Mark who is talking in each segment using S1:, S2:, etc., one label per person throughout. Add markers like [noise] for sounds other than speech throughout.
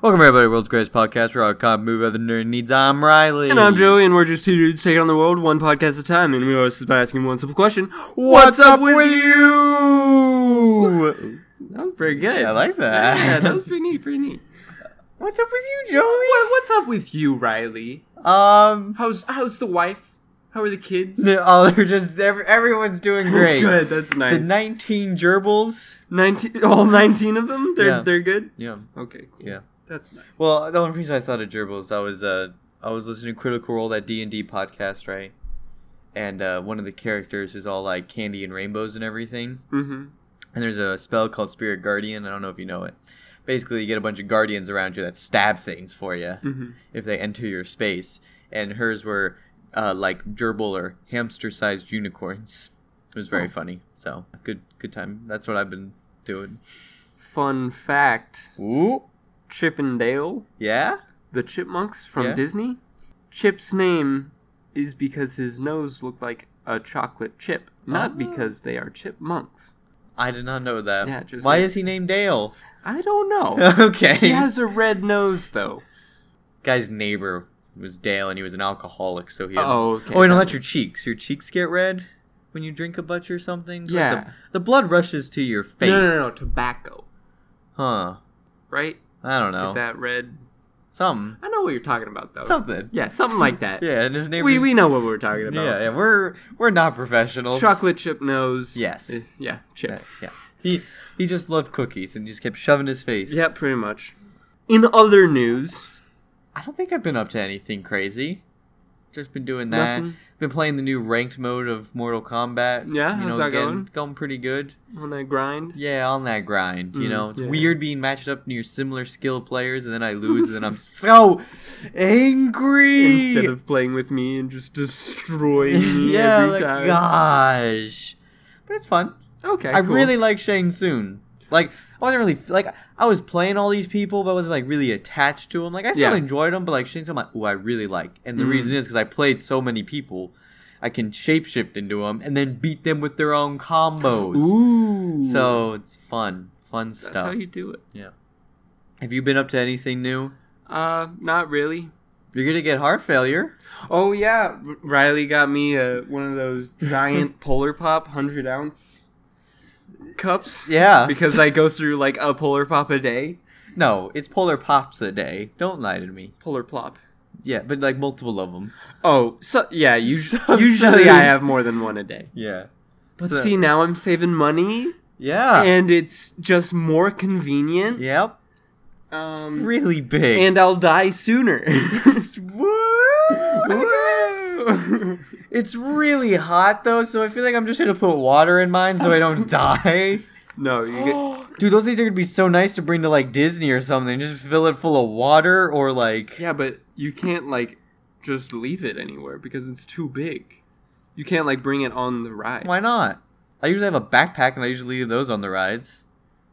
S1: Welcome, everybody, to World's Greatest Podcast, where our cop movie other nerd needs. I'm Riley.
S2: And I'm Joey, and we're just two dudes taking on the world one podcast at a time, and we always start by asking one simple question:
S1: What's up with you?
S2: That was pretty good.
S1: I like that.
S2: Yeah,
S1: [laughs]
S2: that was pretty neat. Pretty neat.
S1: What's up with you, Joey?
S2: What, what's up with you, Riley?
S1: Um, [laughs]
S2: How's how's the wife? How are the kids?
S1: the- oh, they're just every, everyone's doing great.
S2: [laughs] Good. That's
S1: The
S2: nice.
S1: 19 gerbils.
S2: nineteen, all nineteen of them. They're
S1: Yeah.
S2: they're good.
S1: Yeah,
S2: Okay. Cool.
S1: yeah.
S2: That's nice.
S1: Well, the only reason I thought of gerbils, I was uh, I was listening to Critical Role that D and D podcast, right? And uh, one of the characters is all like candy and rainbows and everything.
S2: Mm-hmm.
S1: And there's a spell called Spirit Guardian. I don't know if you know it. Basically, you get a bunch of guardians around you that stab things for you
S2: Mm-hmm.
S1: if they enter your space. And hers were uh, like gerbil or hamster-sized unicorns. It was very
S2: Oh.
S1: funny. So good, good time. That's what I've been doing.
S2: Fun fact:
S1: Ooh,
S2: Chip and Dale,
S1: yeah.
S2: the chipmunks from
S1: Yeah.
S2: Disney. Chip's name is because his nose looked like a chocolate chip, not
S1: Oh.
S2: because they are chipmunks.
S1: I did not know that.
S2: Yeah, just
S1: Why
S2: like-
S1: is he named Dale?
S2: I don't know.
S1: [laughs] okay.
S2: he has a red nose though.
S1: Guy's neighbor was Dale, and he was an alcoholic, so he. Had...
S2: Oh, okay.
S1: oh, wait, no,
S2: that-
S1: that's your cheeks. Your cheeks get red when you drink a bunch or something. Like,
S2: Yeah.
S1: the, the blood rushes to your face.
S2: No, no, no, no, tobacco,
S1: Huh.
S2: right?
S1: I don't know.
S2: Get that red.
S1: Something.
S2: I know what you're talking about though.
S1: Something.
S2: Yeah, something like that.
S1: Yeah, and his neighbor.
S2: We we know what we're talking about.
S1: Yeah, yeah, we're we're not professionals.
S2: Chocolate chip nose.
S1: Yes.
S2: Eh, Yeah, chip.
S1: Yeah, yeah. He he just loved cookies and just kept shoving his face.
S2: Yeah, pretty much. In other news,
S1: I don't think I've been up to anything crazy. Just been doing that.
S2: Nothing?
S1: Been playing the new ranked mode of Mortal Kombat.
S2: Yeah, how's that
S1: getting-
S2: going?
S1: Going pretty good.
S2: on that grind,
S1: Yeah, on that grind. You
S2: Mm,
S1: know, it's
S2: yeah.
S1: weird being matched up near similar skill players, and then I lose, and then
S2: [laughs]
S1: I'm so angry. [laughs]
S2: instead of playing with me and just destroying [laughs] me
S1: yeah,
S2: every
S1: like,
S2: time.
S1: gosh. But it's fun.
S2: Okay,
S1: I
S2: cool.
S1: really like Shang Tsung. Like I wasn't really like I was playing all these people, but I wasn't like really attached to them. Like I still
S2: Yeah.
S1: enjoyed them, but like Shang Tsung, I'm like, ooh, I really like. And the
S2: Mm.
S1: reason is because I played so many people, I can shapeshift into them and then beat them with their own combos.
S2: Ooh,
S1: So it's fun, fun
S2: that's
S1: stuff.
S2: how you do it.
S1: yeah. Have you been up to anything new?
S2: Uh, not really.
S1: You're gonna get heart failure.
S2: Oh yeah, R- Riley got me uh, one of those [laughs] giant Polar Pop hundred ounce cups
S1: Yeah. [laughs]
S2: because I go through like a Polar Pop a day.
S1: no, it's polar pops a day. Don't lie to me.
S2: Polar Plop.
S1: Yeah, but like multiple of them.
S2: Oh, so [laughs] yeah. Us-
S1: So
S2: usually
S1: sorry.
S2: I have more than one a day.
S1: Yeah.
S2: But
S1: So-
S2: see, now I'm saving money,
S1: Yeah.
S2: and it's just more convenient.
S1: Yep.
S2: Um,
S1: Really big. [laughs]
S2: and I'll die sooner. [laughs]
S1: Woo! [laughs] it's really hot though, so I feel like I'm just gonna put water in mine so I [laughs] don't die.
S2: no, you
S1: [gasps]
S2: get
S1: Dude, those things are gonna be so nice to bring to like Disney or something. Just fill it full of water or like
S2: yeah, but you can't like just leave it anywhere because it's too big. You can't like bring it on the ride.
S1: why not? I usually have a backpack and I usually leave those on the rides.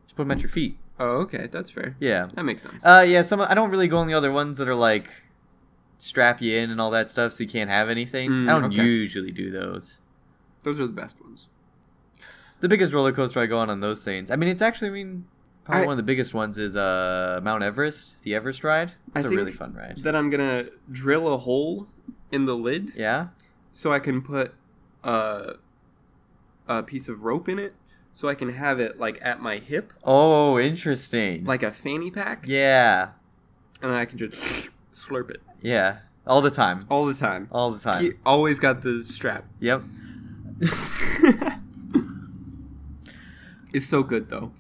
S1: Just put them at your feet.
S2: Oh, okay, that's fair.
S1: Yeah.
S2: That makes sense.
S1: Uh yeah, some I don't really go on the other ones that are like strap you in and all that stuff so you can't have anything.
S2: Mm,
S1: I don't
S2: okay.
S1: usually do those.
S2: Those are the best ones.
S1: the biggest roller coaster I go on on those things. I mean, it's actually, I mean, probably
S2: I-
S1: one of the biggest ones is uh Mount Everest, the Everest ride.
S2: I
S1: It's a
S2: think
S1: really fun ride.
S2: Then I'm gonna drill a hole in the lid
S1: yeah,
S2: so I can put a a piece of rope in it so I can have it like at my hip,
S1: Oh, interesting.
S2: like a fanny pack,
S1: yeah,
S2: and then I can just slurp it
S1: yeah, all the time,
S2: all the time.
S1: all the time.
S2: He always got the strap.
S1: Yep.
S2: [laughs] It's so good though.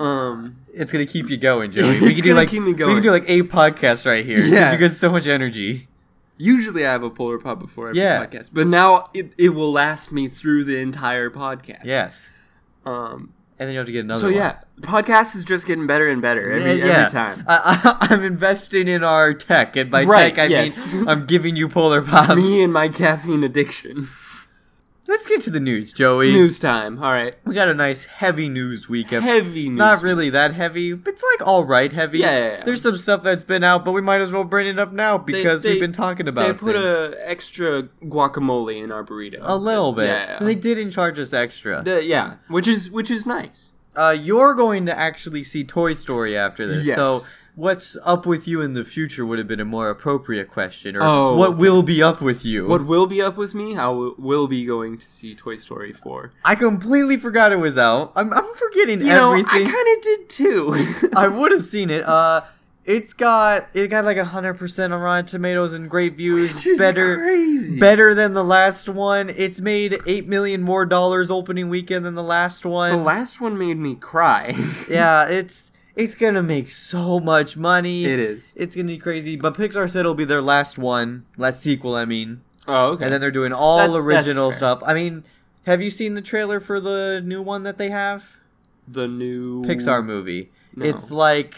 S2: Um,
S1: It's gonna keep you going,
S2: [laughs]
S1: Joey. We
S2: It's
S1: can do
S2: gonna
S1: like
S2: keep me
S1: we
S2: going.
S1: can do like eight podcasts right here. 'cause
S2: Yeah.
S1: you get so much energy.
S2: usually I have a polar pop before every
S1: Yeah.
S2: podcast, but now it, it will last me through the entire podcast.
S1: Yes,
S2: Um.
S1: and then you have to get another.
S2: So
S1: one.
S2: yeah, podcast is just getting better and better every
S1: Yeah, yeah.
S2: every time.
S1: I, I, I'm investing in our tech, and by
S2: Right,
S1: tech I
S2: yes.
S1: mean [laughs] [laughs] I'm giving you polar pops.
S2: Me and my
S1: [laughs]
S2: caffeine addiction.
S1: Let's get to the news, Joey.
S2: news time. All right.
S1: We got a nice heavy news week. of-
S2: Heavy news.
S1: Not really that heavy, but it's like all right heavy.
S2: Yeah, yeah, yeah.
S1: There's some stuff that's been out, but we might as well bring it up now because
S2: they-
S1: we've been talking about
S2: They put
S1: things.
S2: a extra guacamole in our burrito.
S1: A little bit.
S2: Yeah.
S1: They didn't charge us extra.
S2: The- yeah, which is which is nice.
S1: uh, you're going to actually see Toy Story after this.
S2: Yes.
S1: So what's up with you in the future would have been a more appropriate question, or
S2: Oh,
S1: what
S2: okay.
S1: will be up with you?
S2: What will be up with me? I will, will be going to see Toy Story 4.
S1: I completely forgot it was out. I'm I'm forgetting
S2: You know,
S1: everything.
S2: I kind of did [laughs] too.
S1: [laughs] I would have seen it. Uh, it's got it got like hundred percent on Rotten Tomatoes and great views.
S2: Which is
S1: better,
S2: crazy.
S1: better than the last one. It's made eight million more dollars opening weekend than the last
S2: The
S1: one.
S2: last one made me cry. [laughs]
S1: yeah, it's it's gonna make so much money.
S2: it is.
S1: It's gonna be crazy. But Pixar said it'll be their last one, last sequel. I mean,
S2: Oh, okay.
S1: and then they're doing all
S2: That's- that's
S1: original
S2: fair.
S1: stuff. I mean, have you seen the trailer for the new one that they have?
S2: the new
S1: Pixar movie.
S2: No.
S1: It's like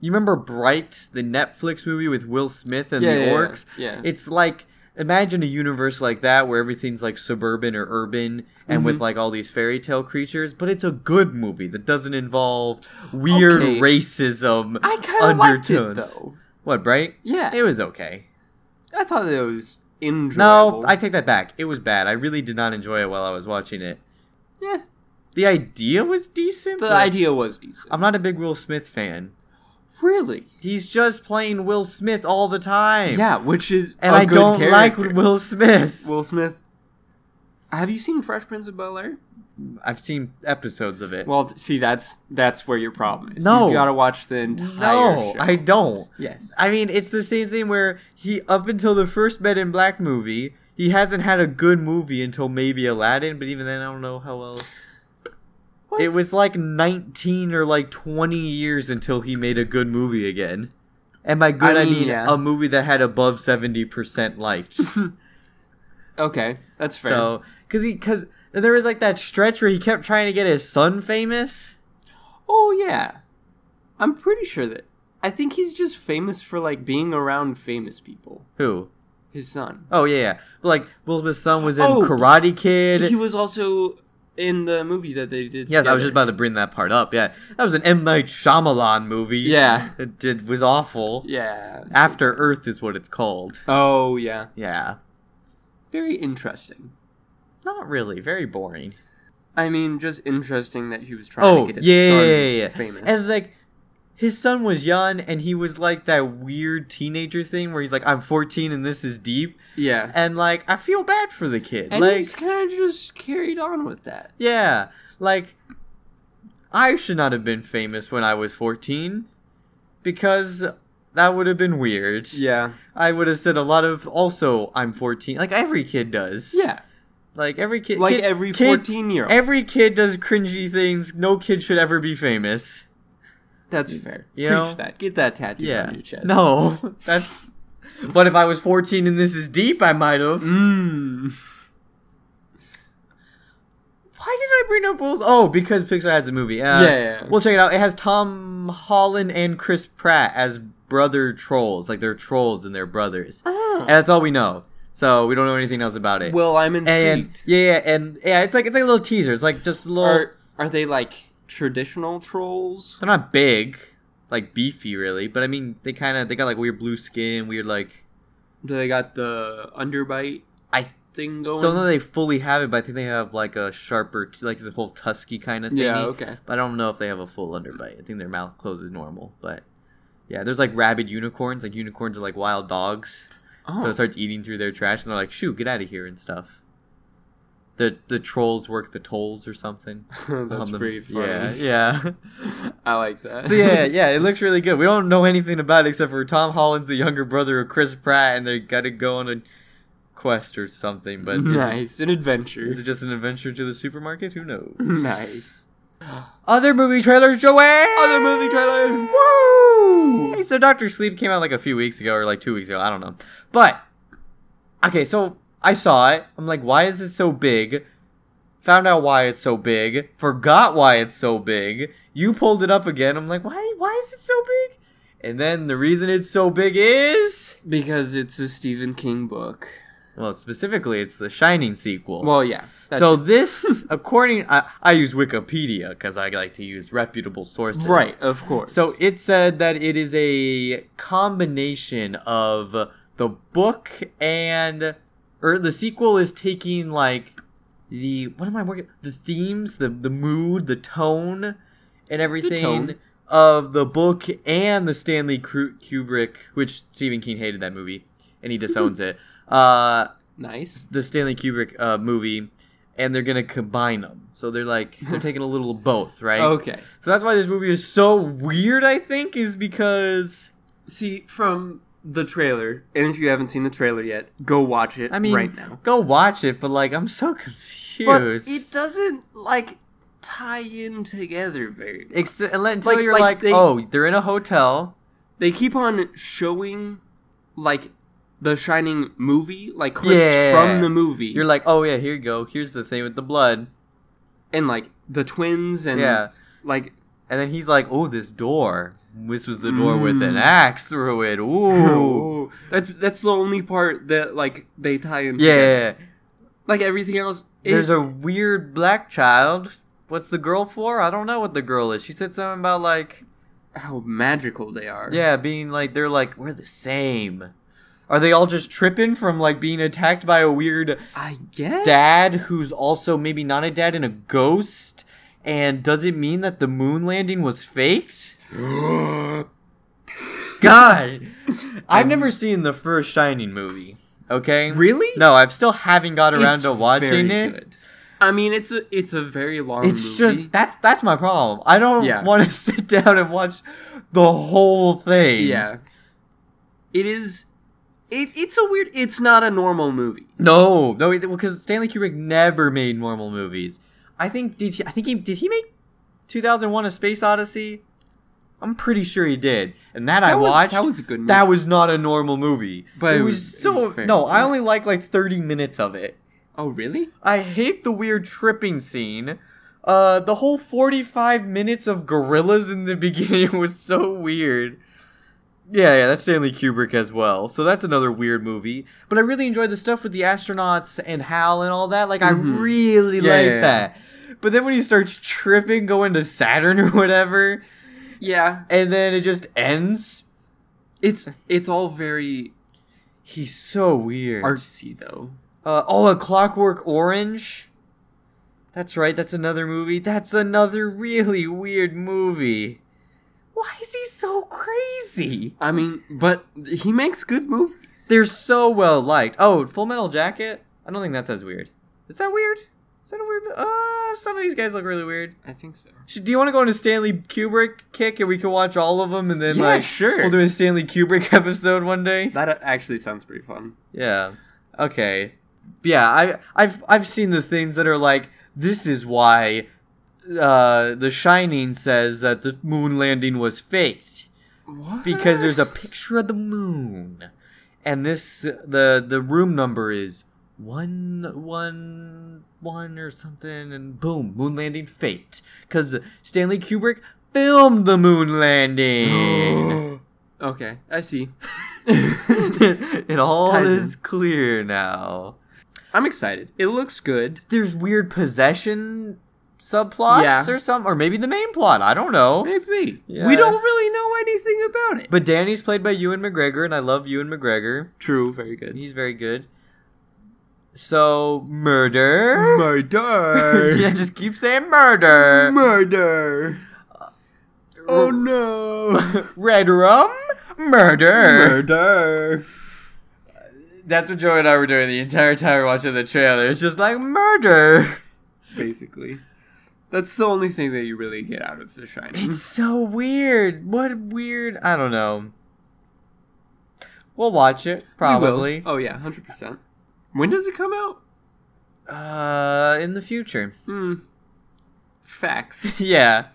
S1: you remember Bright, the Netflix movie with Will Smith and
S2: Yeah,
S1: the
S2: yeah, yeah.
S1: orcs.
S2: Yeah.
S1: It's like imagine a universe like that where everything's like suburban or urban and
S2: Mhm.
S1: with like all these fairy tale creatures, but it's a good movie that doesn't involve weird
S2: Okay.
S1: racism
S2: I kind of liked it
S1: undertones.
S2: though.
S1: What, Bright?
S2: Yeah,
S1: It was okay.
S2: I thought it was enjoyable.
S1: No, I take that back. It was bad. I really did not enjoy it while I was watching it.
S2: yeah.
S1: The idea was decent.
S2: The
S1: but
S2: idea was decent.
S1: I'm not a big Will Smith fan.
S2: really?
S1: He's just playing Will Smith all the time.
S2: Yeah, which is
S1: And
S2: I
S1: I don't like Will Smith.
S2: Will Smith. Have you seen Fresh Prince of Bel Air?
S1: I've seen episodes of it.
S2: Well, see, that's that's where your problem is.
S1: No.
S2: you gotta watch the entire.
S1: no,
S2: show.
S1: I don't.
S2: Yes.
S1: I mean, it's the same thing where he, up until the first Men in Black movie, he hasn't had a good movie until maybe Aladdin, but even then, I don't know how well. It was like 19 or like 20 years until he made a good movie again. And by good, I
S2: mean,
S1: mean,
S2: yeah.
S1: a movie that had above 70% liked.
S2: okay. That's fair.
S1: So, because he, because there was like that stretch where he kept trying to get his son famous.
S2: Oh yeah, I'm pretty sure that. I think he's just famous for like being around famous people.
S1: Who?
S2: His son.
S1: Oh yeah, yeah. But, like Will Smith's son was in
S2: Oh,
S1: Karate Kid.
S2: He was also in the movie that they did.
S1: yes, I was just
S2: together.
S1: about to bring that part up. Yeah, that was an M Night Shyamalan movie.
S2: Yeah.
S1: it did was awful.
S2: Yeah. so-
S1: After Earth is what it's called.
S2: Oh yeah.
S1: Yeah,
S2: Very interesting.
S1: not really. Very boring.
S2: I mean, just interesting that he was trying
S1: Oh
S2: to get his
S1: yeah, yeah,
S2: son
S1: yeah, yeah.
S2: famous.
S1: And like. His son was young, and he was like that weird teenager thing where he's like, "I'm 14 and this is deep,"
S2: yeah.
S1: and like I feel bad for the kid.
S2: And
S1: like,
S2: he's kind of just carried on with that.
S1: Yeah, like I should not have been famous when I was 14 because that would have been weird.
S2: Yeah.
S1: I would have said a lot of also I'm 14 like every kid does.
S2: Yeah.
S1: Like every kid
S2: Like
S1: kid-
S2: every
S1: kid-
S2: 14 year old.
S1: every kid does cringy things. No kid should ever be famous.
S2: That's fair.
S1: You
S2: Preach
S1: know?
S2: that. Get that tattoo
S1: yeah.
S2: on your chest.
S1: No. That's But if I was 14 and this is deep, I might have.
S2: Mmm.
S1: Why did I bring up Will's? Oh, because Pixar has a movie. Uh,
S2: Yeah, yeah, yeah.
S1: We'll check it out. It has Tom Holland and Chris Pratt as brother trolls. Like they're trolls and they're brothers. And that's all we know. So we don't know anything else about it.
S2: Well, I'm intrigued.
S1: and yeah, yeah, and yeah, it's like it's like a little teaser. It's like just a little.
S2: are are they like traditional trolls?
S1: They're not big, like beefy really, but I mean they kind of they got like weird blue skin, weird like.
S2: Do they got the underbite
S1: I
S2: thing going?
S1: don't know if they fully have it, but I think they have like a sharper, t- like the whole tusky kind of thing.
S2: yeah. Okay.
S1: But I don't know if they have a full underbite. I think their mouth closes normal. But yeah, there's like rabid unicorns. Like unicorns are like wild dogs.
S2: Oh.
S1: [laughs] So it starts eating through their trash, and they're like, "Shoo, get out of here!" and stuff. The the trolls work the tolls or something.
S2: [laughs] That's
S1: on the-
S2: pretty funny.
S1: Yeah, [laughs] yeah.
S2: [laughs] I like that.
S1: so yeah,
S2: [laughs]
S1: yeah. It looks really good. We don't know anything about it except for Tom Holland's the younger brother of Chris Pratt, and they got to go on a quest or something. But is it-
S2: nice, an adventure.
S1: is it just an adventure to the supermarket? Who knows?
S2: nice.
S1: Other movie trailers, Joanne.
S2: Other movie trailers.
S1: Hey,
S2: Woo!
S1: so Doctor Sleep came out like a few weeks ago or like two weeks ago, I don't know. But okay, so I saw it. I'm like, why is this so big? Found out why it's so big. Forgot why it's so big. You pulled it up again. I'm like, why? Why is it so big? And then the reason it's so big is
S2: Because it's a Stephen King book.
S1: well, specifically, it's the Shining sequel.
S2: Well, yeah. that's-
S1: so
S2: [laughs]
S1: this, according, I, I use Wikipedia because I like to use reputable sources.
S2: right, of course.
S1: So it said that it is a combination of the book and or the sequel is taking like the what am I working the themes, the the mood, the tone and everything
S2: tone.
S1: of the book and the Stanley Kru- Kubrick, which Stephen King hated that movie, and he disowns [laughs] it. Uh,
S2: Nice.
S1: the Stanley Kubrick uh, movie, and they're gonna combine them. So they're like [laughs] they're taking a little of both, right?
S2: Okay.
S1: So that's why this movie is so weird. I think is because
S2: See, from the trailer, and if you haven't seen the trailer yet, go watch it
S1: I mean,
S2: right now.
S1: go watch it, but like I'm so
S2: But
S1: confused.
S2: it doesn't, like, tie in together very much.
S1: Ex- unle- until
S2: Like-
S1: you're
S2: like
S1: like,
S2: they-
S1: oh, they're in a hotel.
S2: They keep on showing, like, the Shining movie, like, clips
S1: Yeah.
S2: from the movie.
S1: You're like, oh yeah, here you go. Here's the thing with the blood.
S2: and, like, the twins and,
S1: yeah.
S2: like,
S1: And then he's like, oh, this door. This was the door with an
S2: Mm.
S1: axe through [laughs] it. [laughs] Ooh.
S2: Ooh. [laughs] That's that's the only part that like they tie in. together.
S1: yeah.
S2: Like everything else, it-
S1: There's a weird black child. What's the girl for? I don't know what the girl is. She said something about like,
S2: how magical they are.
S1: yeah, being like they're like we're the same. Are they all just tripping from like being attacked by a weird
S2: I guess. [gasps]
S1: dad who's also maybe not a dad and a ghost? And does it mean that the moon landing was faked?
S2: [laughs]
S1: God, I've never seen the first Shining movie. Okay,
S2: Um, really?
S1: No, I've still haven't got around
S2: It's
S1: to watching
S2: very
S1: it.
S2: good. I mean, it's a it's a very long.
S1: It's
S2: movie.
S1: just that's that's my problem. I don't
S2: Yeah.
S1: want to [laughs] sit down and watch the whole thing.
S2: yeah. It is. It, it's a weird. It's not a normal movie.
S1: No, no, because Stanley Kubrick never made normal movies. I think did he, I think he did he make 2001: A Space Odyssey? I'm pretty sure he did, and that, I
S2: That was-
S1: watched.
S2: that was a good movie.
S1: That was not a normal movie,
S2: But
S1: it,
S2: it
S1: was,
S2: was- it
S1: so.
S2: was fair.
S1: no, I only like like 30 minutes of it.
S2: Oh really?
S1: I hate the weird tripping scene. Uh, the whole 45 minutes of gorillas in the [laughs] beginning was so weird. Yeah, yeah, that's Stanley Kubrick as well. So that's another weird movie. But I really enjoyed the stuff with the astronauts and Hal and all that. Like, I
S2: Mhm.
S1: really
S2: Yeah,
S1: like
S2: yeah, yeah.
S1: that. But then when he starts tripping, going to Saturn [laughs] or whatever,
S2: Yeah.
S1: and then it just ends,
S2: It's it's all very
S1: he's so weird.
S2: artsy though.
S1: Uh, oh, A Clockwork Orange. That's right. That's another movie. That's another really weird movie. Why is he so crazy?
S2: I mean, but he makes good movies.
S1: They're so well liked. Oh, Full Metal Jacket. I don't think that's as weird. Is that weird? Is that a weird? Uh, some of these guys look really weird.
S2: I think so.
S1: Sh- Do you want to go into Stanley Kubrick kick and we can watch all of them and then
S2: Yeah,
S1: like
S2: sure.
S1: we'll do a Stanley Kubrick [laughs] episode one day?
S2: That uh, actually sounds pretty fun.
S1: Yeah. Okay. Yeah, I I've I've seen the things that are like this is why uh The Shining says that the moon landing was faked
S2: What?
S1: because there's
S2: [laughs]
S1: a picture of the moon and this the the room number is 111 or something and boom moon landing faked cuz Stanley Kubrick filmed the moon landing.
S2: [gasps]
S1: [laughs]
S2: okay, I [laughs] see.
S1: it all
S2: Ties in.
S1: is clear now.
S2: I'm excited. It looks good.
S1: there's weird possession subplots
S2: Yeah.
S1: or some or maybe the main plot i don't know
S2: Maybe
S1: Yeah.
S2: we don't really know anything about it.
S1: but danny's played by ewan mcgregor and i love ewan mcgregor
S2: True, very [laughs] good.
S1: he's very good so murder
S2: [laughs] Murder,
S1: [laughs] yeah just keep saying murder
S2: murder. Oh no,
S1: red rum [laughs] murder
S2: murder.
S1: that's what joey and i were doing the entire time we were watching the trailer it's just like murder
S2: Basically, that's the only thing that you really get out of The Shining.
S1: It's so weird. What weird? I don't know. We'll watch it
S2: We will.
S1: probably
S2: Oh yeah, hundred percent. When does it come out?
S1: uh in the future. [laughs]
S2: Hmm. Facts.
S1: yeah.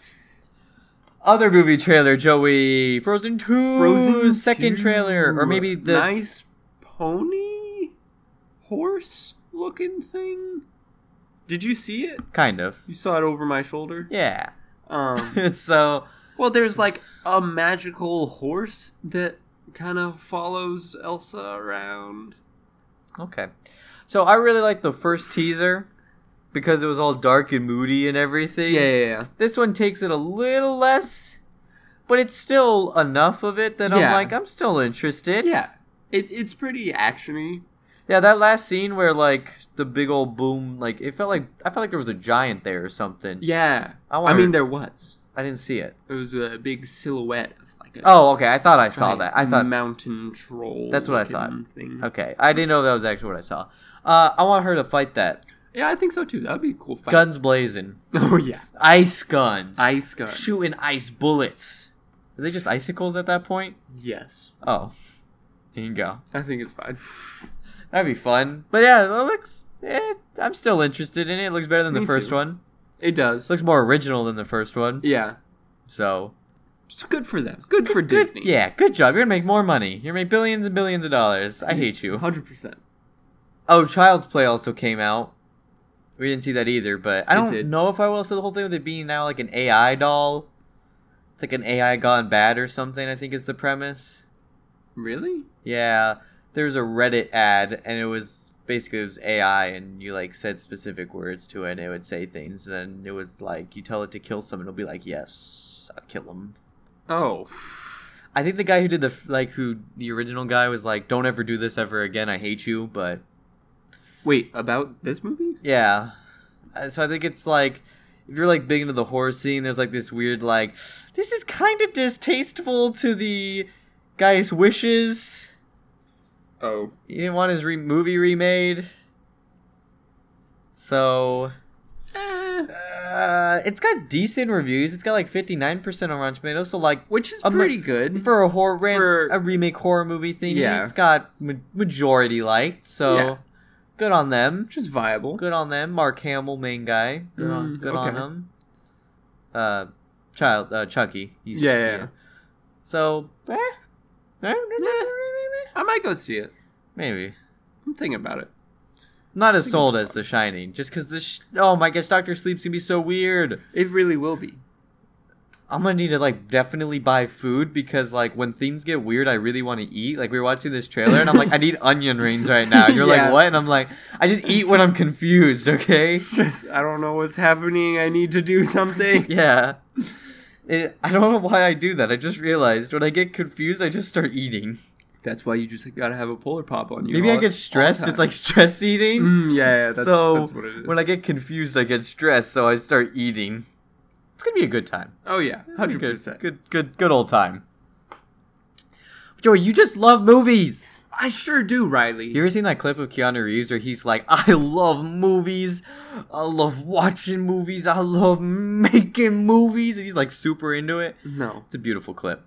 S1: Other movie trailer, Joey. Frozen 2 second
S2: 2.
S1: trailer or maybe the
S2: nice pony horse looking thing. Did you see it?
S1: kind of.
S2: You saw it over my shoulder.
S1: Yeah. [laughs]
S2: Um.
S1: so
S2: well, there's like a magical horse that kind of follows Elsa around.
S1: okay. So I really like the first teaser because it was all dark and moody and everything.
S2: yeah,
S1: This one takes it a little less, but it's still enough of it that I'm
S2: Yeah.
S1: like, I'm still interested.
S2: yeah. It, it's pretty actiony.
S1: Yeah, that last scene where like the big old boom, like it felt like I felt like there was a giant there or something.
S2: Yeah.
S1: I
S2: I
S1: wanted-
S2: mean, there was.
S1: I didn't see it.
S2: It was a big silhouette of like a
S1: Oh, okay. I thought I saw
S2: giant
S1: that. I thought
S2: mountain troll.
S1: That's what I thought.
S2: looking Thing.
S1: Okay, I didn't know that was actually what I saw. Uh, I want her to fight that
S2: Yeah, I think so too. That'd be a cool fight.
S1: guns blazing,
S2: [laughs] Oh yeah,
S1: ice guns,
S2: ice guns.
S1: shooting ice bullets. Are they just icicles at that point?
S2: Yes,
S1: Oh, there you go.
S2: I think it's fine.
S1: That'd be fun. But yeah, it looks. Eh, I'm still interested in it. It looks better than the
S2: Me
S1: first
S2: too.
S1: one.
S2: It does.
S1: It looks more original than the first one.
S2: yeah,
S1: So
S2: so good for them. Good for Disney.
S1: Good, yeah, good job. You're gonna make more money. You're gonna make billions and billions of dollars. I hate you.
S2: hundred percent.
S1: Oh, Child's Play also came out. We didn't see that either, but I
S2: It
S1: don't
S2: did.
S1: know if I will. So the whole thing with it being now like an AI doll, it's like an AI gone bad or something. I think is the premise.
S2: Really?
S1: Yeah, there was a Reddit ad, and it was basically it was AI, and you like said specific words to it, and it would say things. And then it was like you tell it to kill someone, it'll be like, "Yes, I'll kill him."
S2: Oh,
S1: I think the guy who did the like who the original guy was like, "Don't ever do this ever again. I hate you." But
S2: wait. About this movie?
S1: Yeah. Uh, So I think it's like if you're like big into the horror scene, there's like this weird like this is kind of distasteful to the guy's wishes.
S2: Oh,
S1: He didn't want his re- movie remade. So
S2: Eh,
S1: uh, it's got decent reviews. It's got like 59% on Rotten Tomatoes. So like
S2: which is
S1: I'm
S2: pretty
S1: like-
S2: good.
S1: for a horror ran-
S2: For-
S1: a remake horror movie thing,
S2: Yeah.
S1: it's got ma- majority liked. So
S2: Yeah.
S1: good on them.
S2: which is viable.
S1: Good on them. Mark Hamill, main guy. Good, on,
S2: Mm,
S1: good on
S2: okay.
S1: him. Uh, child, uh, Chucky. He's
S2: Yeah, yeah, yeah.
S1: So, eh, eh,
S2: Yeah. I might go see it.
S1: maybe
S2: I'm thinking about it.
S1: not as sold as The Shining, just because this. Sh- oh my gosh, Doctor Sleep's gonna be so weird.
S2: It really will be.
S1: I'm gonna need to like definitely buy food because like when things get weird, I really want to eat. Like we were watching this trailer, and I'm
S2: [laughs]
S1: like, I need onion rings right now. And you're
S2: Yeah.
S1: like, what? And I'm like, I just eat when I'm confused.
S2: [laughs]
S1: Okay.
S2: Just, I don't know what's happening. I need to do something.
S1: yeah. It, I don't know why I do that. I just realized when I get confused, I just start eating.
S2: [laughs] That's why you just gotta have a polar pop on you.
S1: Maybe I
S2: all- all
S1: get
S2: the
S1: stressed.
S2: time.
S1: It's like stress eating.
S2: Mm, yeah, yeah. That's,
S1: so
S2: that's what it is.
S1: when I get confused, I get stressed, so I start eating. It's gonna be a good time.
S2: oh yeah,
S1: It'll be
S2: hundred
S1: good-
S2: percent.
S1: Good, good, good old time. Joey, you just love movies.
S2: I sure do, Riley.
S1: You ever seen that clip of Keanu Reeves where he's like, I love movies. I love watching movies. I love making movies. And he's like super into it.
S2: no.
S1: It's a beautiful clip.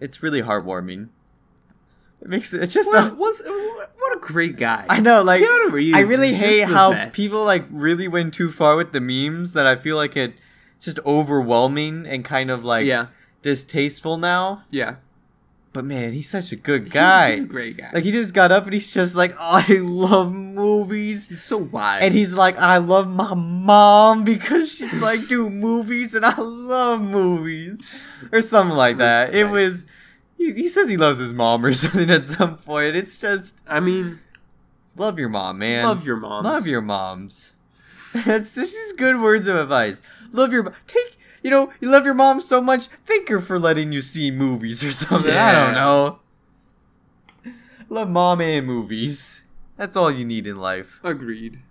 S1: It's really heartwarming. It makes it, it's just
S2: What,
S1: a,
S2: what's, what, what a great guy.
S1: I know like
S2: Keanu Reeves
S1: I really
S2: is just
S1: hate
S2: the
S1: how
S2: best.
S1: people like really went too far with the memes that I feel like it just overwhelming and kind of like
S2: yeah,
S1: distasteful now.
S2: yeah.
S1: But man, he's such a good guy.
S2: He's a great guy.
S1: like he just got up and he's just like, [laughs] oh, I love movies.
S2: he's so wide.
S1: And he's like, I love my mom [laughs] because she's like, do movies and I love movies. Or something like that. It was, he, he says he loves his mom or [laughs] something at some point. It's just,
S2: I mean,
S1: love your mom, man.
S2: love your mom.
S1: Love your moms. [laughs] That's this is good words of advice. Love your mo- take. You know, you love your mom so much. Thank her for letting you see movies or something. I don't
S2: Yeah.
S1: know. Love mom and movies. That's all you need in life.
S2: Agreed.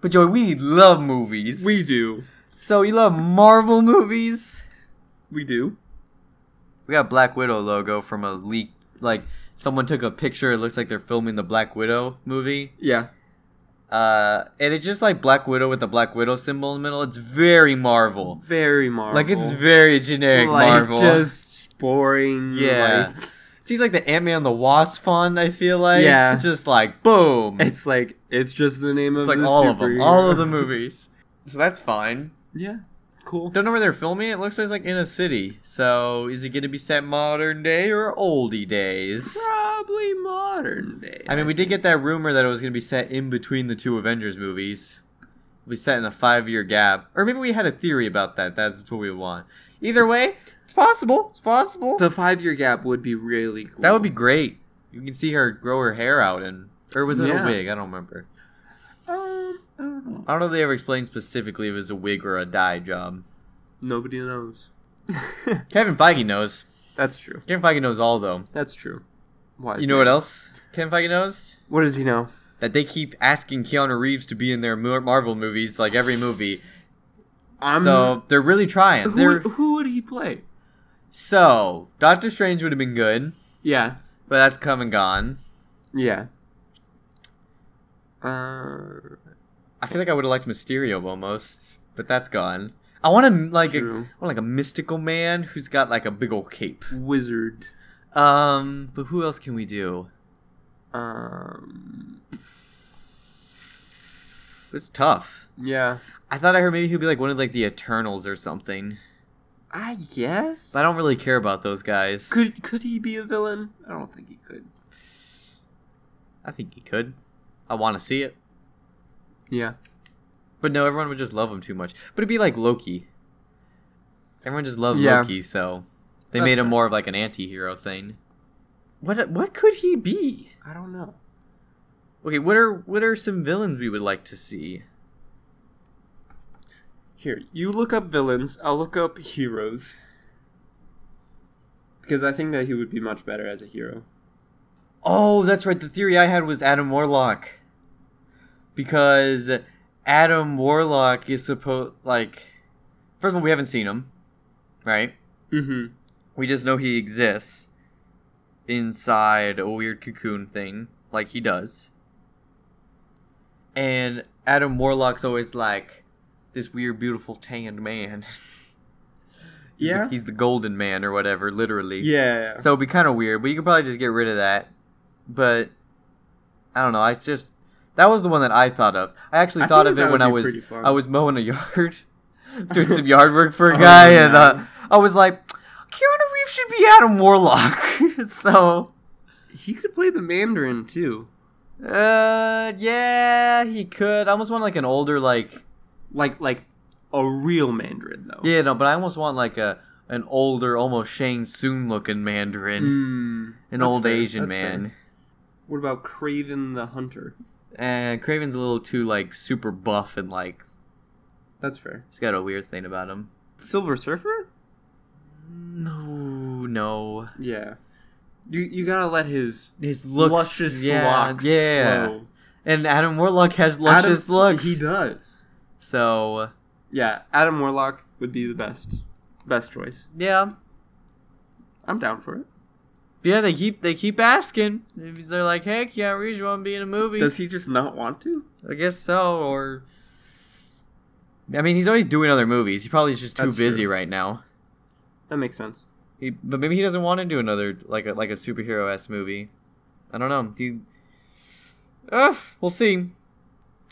S1: But Joey, we love movies.
S2: We do.
S1: so you love Marvel movies.
S2: We do.
S1: We got Black Widow logo from a leak. Like someone took a picture. It looks like they're filming the Black Widow movie.
S2: Yeah.
S1: Uh, and it's just like Black Widow with the Black Widow symbol in the middle. It's very Marvel.
S2: Very Marvel.
S1: Like it's very generic
S2: like,
S1: Marvel.
S2: Just boring.
S1: yeah.
S2: like-
S1: it seems like the Ant Man and the Wasp font. I feel like
S2: Yeah.
S1: It's just like boom. It's,
S2: it's like it's just the name of
S1: like
S2: the
S1: all of them,
S2: superhero.
S1: all of the movies. So that's fine.
S2: Yeah. Cool.
S1: Don't know where they're filming. It looks like it's like in a city. So is it going to be set modern day or oldie days?
S2: Probably modern day.
S1: I mean, we did get that rumor that it was going to be set in between the two Avengers movies. It'll be set in a five year gap. Or maybe we had a theory about that. That's what we want. Either way, it's possible. It's possible.
S2: the five year gap would be really cool.
S1: that would be great. You can see her grow her hair out and. Or was it a
S2: Yeah.
S1: wig? I don't remember.
S2: Um, I don't know.
S1: I don't know if they ever explained specifically if it was a wig or a dye job.
S2: Nobody knows. [laughs]
S1: Kevin Feige knows.
S2: That's true.
S1: Kevin Feige knows all, though.
S2: That's true. Why?
S1: You know what else Kevin Feige knows?
S2: What does he know?
S1: That they keep asking Keanu Reeves to be in their Mar- Marvel movies, like every movie.
S2: I'm
S1: so they're really trying.
S2: who,
S1: They're
S2: who would he play?
S1: so Doctor Strange would have been good,
S2: Yeah,
S1: but that's come and gone.
S2: yeah. Uh,
S1: I feel like I would have liked Mysterio almost, but that's gone. I want him like a, I
S2: True.
S1: want like a mystical man who's got like a big old cape.
S2: wizard.
S1: Um, but who else can we do?
S2: Um,
S1: It's tough.
S2: yeah.
S1: I thought I heard maybe he'd be like one of like the Eternals or something.
S2: I guess.
S1: But I don't really care about those guys.
S2: Could could he be a villain? I don't think he could.
S1: I think he could. I want to see it,
S2: Yeah.
S1: but no, everyone would just love him too much. But it'd be like Loki. Everyone just loved
S2: Yeah.
S1: Loki, so they
S2: That's
S1: made him
S2: fair.
S1: more of like an anti-hero thing. What what could he be?
S2: I don't know.
S1: Okay, what are what are some villains we would like to see?
S2: Here, you look up villains. I'll look up heroes. Because I think that he would be much better as a hero.
S1: Oh, that's right. The theory I had was Adam Warlock. Because Adam Warlock is supposed like first of all, we haven't seen him, right?
S2: Mm-hmm.
S1: We just know he exists inside a weird cocoon thing, like he does. And Adam Warlock's always like this weird, beautiful, tanned man. [laughs] He's the-
S2: Yeah.
S1: he's the golden man or whatever, literally.
S2: Yeah.
S1: So it'd be kind of weird, but you could probably just get rid of that. But I don't know. I just that was the one that I thought of. I actually
S2: I
S1: thought of
S2: think
S1: it
S2: that
S1: when
S2: would
S1: I
S2: be
S1: was
S2: pretty fun.
S1: I was mowing a yard, [laughs]
S2: [laughs]
S1: doing some yard work for a guy,
S2: Oh,
S1: and uh,
S2: nice.
S1: I was like, Keanu Reeves should be Adam Warlock. [laughs] so
S2: he could play the Mandarin too,
S1: uh, yeah, he could. I almost want like an older like
S2: like like a real Mandarin though.
S1: yeah no, but I almost want like a an older, almost Shang Soon looking Mandarin,
S2: Mm,
S1: an
S2: that's
S1: old
S2: fair,
S1: Asian
S2: that's fair.
S1: man.
S2: What about Craven the Hunter?
S1: And Craven's a little too like super buff and like
S2: That's fair.
S1: He's got a weird thing about him.
S2: Silver Surfer?
S1: No, no.
S2: Yeah. You you gotta let his
S1: His looks,
S2: luscious
S1: yeah,
S2: locks
S1: yeah.
S2: flow.
S1: And Adam Warlock has luscious
S2: Adam-
S1: looks.
S2: He does.
S1: So
S2: Yeah, Adam Warlock would be the best, best choice.
S1: yeah,
S2: I'm down for it.
S1: yeah. They keep they keep asking. They're like, "Hey, Keanu Reeves, you want to be in a movie?"
S2: Does he just not want to?
S1: I guess so. Or I mean, he's always doing other movies. He probably is just too
S2: That's
S1: busy
S2: true.
S1: right now.
S2: That makes sense.
S1: He, but maybe he doesn't want to do another like a, like a superhero s movie. I don't know. He, uh, we'll see.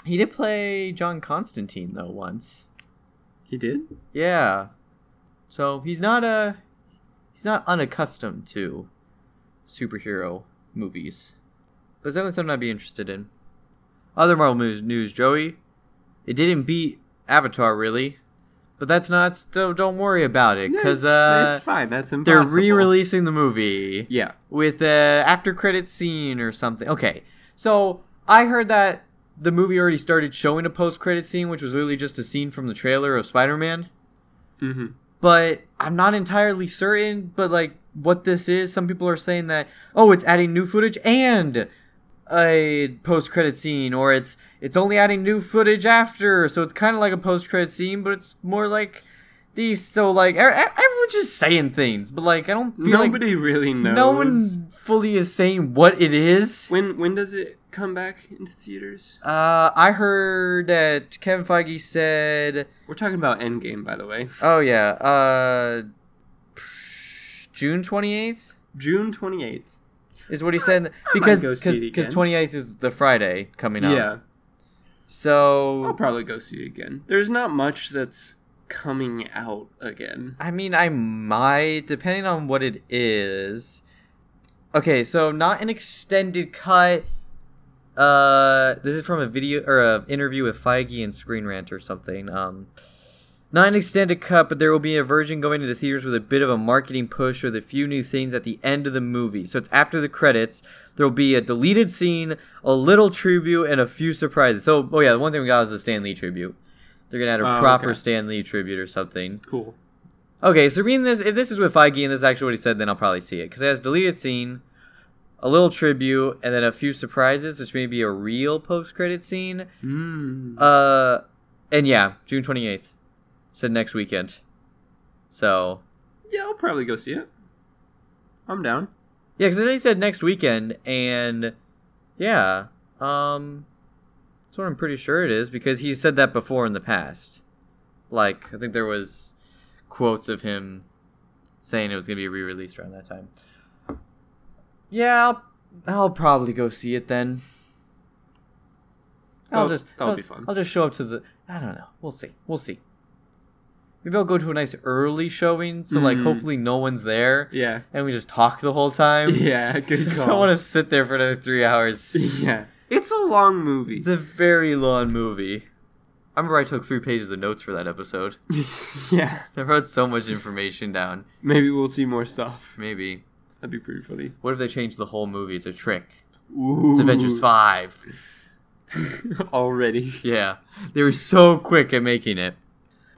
S1: He did play John Constantine though once.
S2: He did.
S1: Yeah. So he's not uh he's not unaccustomed to superhero movies. But it's definitely something I'd be interested in. Other Marvel news, news Joey. It didn't beat Avatar really, but that's not. So don't worry about it because uh,
S2: that's fine. That's
S1: they're
S2: impossible.
S1: re-releasing the movie
S2: Yeah.
S1: with a after credit scene or something. Okay, so I heard that the movie already started showing a post credit scene, which was literally just a scene from the trailer of Spider Man
S2: Mm-hmm.
S1: but I'm not entirely certain. But like what this is, some people are saying that oh, it's adding new footage and a post credit scene, or it's it's only adding new footage after. So it's kind of like a post credit scene, but it's more like these. So like e- e- everyone's just saying things, but like I don't feel like
S2: Nobody really knows.
S1: no one fully is saying what it is.
S2: When when does it come back into theaters?
S1: Uh, I heard that Kevin Feige said,
S2: We're talking about Endgame, by the way.
S1: "Oh yeah, uh, June twenty eighth.
S2: June twenty eighth.
S1: is what he said because
S2: go see it
S1: because
S2: again.
S1: twenty eighth is the Friday coming up.
S2: Yeah, I'll
S1: So
S2: probably go see it again. There's not much that's coming out again.
S1: I mean, I might depending on what it is. Okay, so not an extended cut. Uh, this is from a video or a interview with Feige and Screen Rant or something. Um, not an extended cut, but there will be a version going into theaters with a bit of a marketing push with a few new things at the end of the movie. So it's after the credits. There will be a deleted scene, a little tribute, and a few surprises. So, oh yeah, the one thing we got was the Stan Lee tribute. They're gonna add a
S2: Oh,
S1: proper
S2: okay.
S1: Stan Lee tribute or something.
S2: Cool.
S1: Okay, so reading this, if this is with Feige and this is actually what he said, then I'll probably see it because it has deleted scene, a little tribute, and then a few surprises, which may be a real post credit scene.
S2: Mm.
S1: Uh, and yeah, June twenty eighth. Said next weekend. So
S2: Yeah, I'll probably go see it. I'm down.
S1: yeah, because they said next weekend, and yeah, um, that's what I'm pretty sure it is because he said that before in the past. Like I think there was quotes of him saying it was gonna be re-released around that time. Yeah, I'll, I'll probably go see it then. I'll
S2: Oh,
S1: just
S2: that'll
S1: I'll-
S2: be fun.
S1: I'll just show up to the. I don't know. We'll see. We'll see. Maybe I'll go to a nice early showing, so like
S2: Mm.
S1: hopefully no one's there
S2: Yeah.
S1: and we just talk the whole time. [laughs]
S2: [laughs] Yeah, [laughs] good
S1: I
S2: call.
S1: don't want to sit there for another three
S2: [laughs]
S1: hours.
S2: Yeah. It's a long movie.
S1: It's a very long movie. I remember I took three pages of notes for that episode.
S2: [laughs]
S1: [laughs]
S2: yeah.
S1: I wrote so much information down.
S2: Maybe we'll see more stuff.
S1: Maybe.
S2: That'd be pretty funny.
S1: What if they change the whole movie? It's a trick.
S2: Ooh.
S1: It's Avengers 5.
S2: [laughs] Already.
S1: Yeah. They were so quick at making it.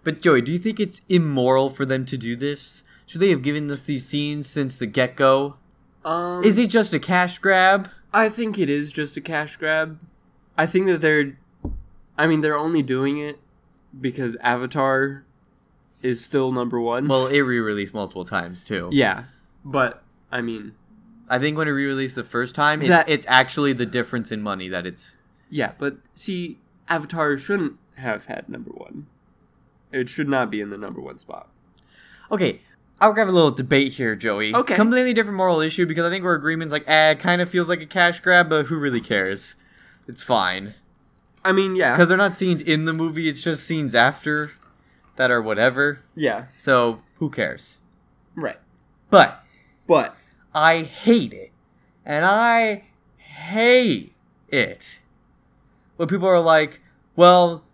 S1: But, Joey, do you think it's immoral for them to do this? Should they have given us these scenes since the get go?
S2: Um,
S1: Is it just a cash grab?
S2: I think it is just a cash grab. I think that they're, I mean, they're only doing it because Avatar is still number one.
S1: Well, it re released multiple times, too.
S2: yeah, but I mean,
S1: I think when it re-released the first time, it's,
S2: That-
S1: it's actually the difference in money that it's.
S2: yeah, but see, Avatar shouldn't have had number one. It should not be in the number one spot.
S1: Okay, I'll have a little debate here, Joey.
S2: Okay.
S1: completely different moral issue because I think our agreement's like, eh, it kind of feels like a cash grab, but who really cares? It's fine
S2: I mean, yeah,
S1: because they're not scenes in the movie; it's just scenes after that are whatever.
S2: yeah,
S1: So who cares?
S2: right.
S1: But
S2: But
S1: I hate it. And I hate it. When people are like, well,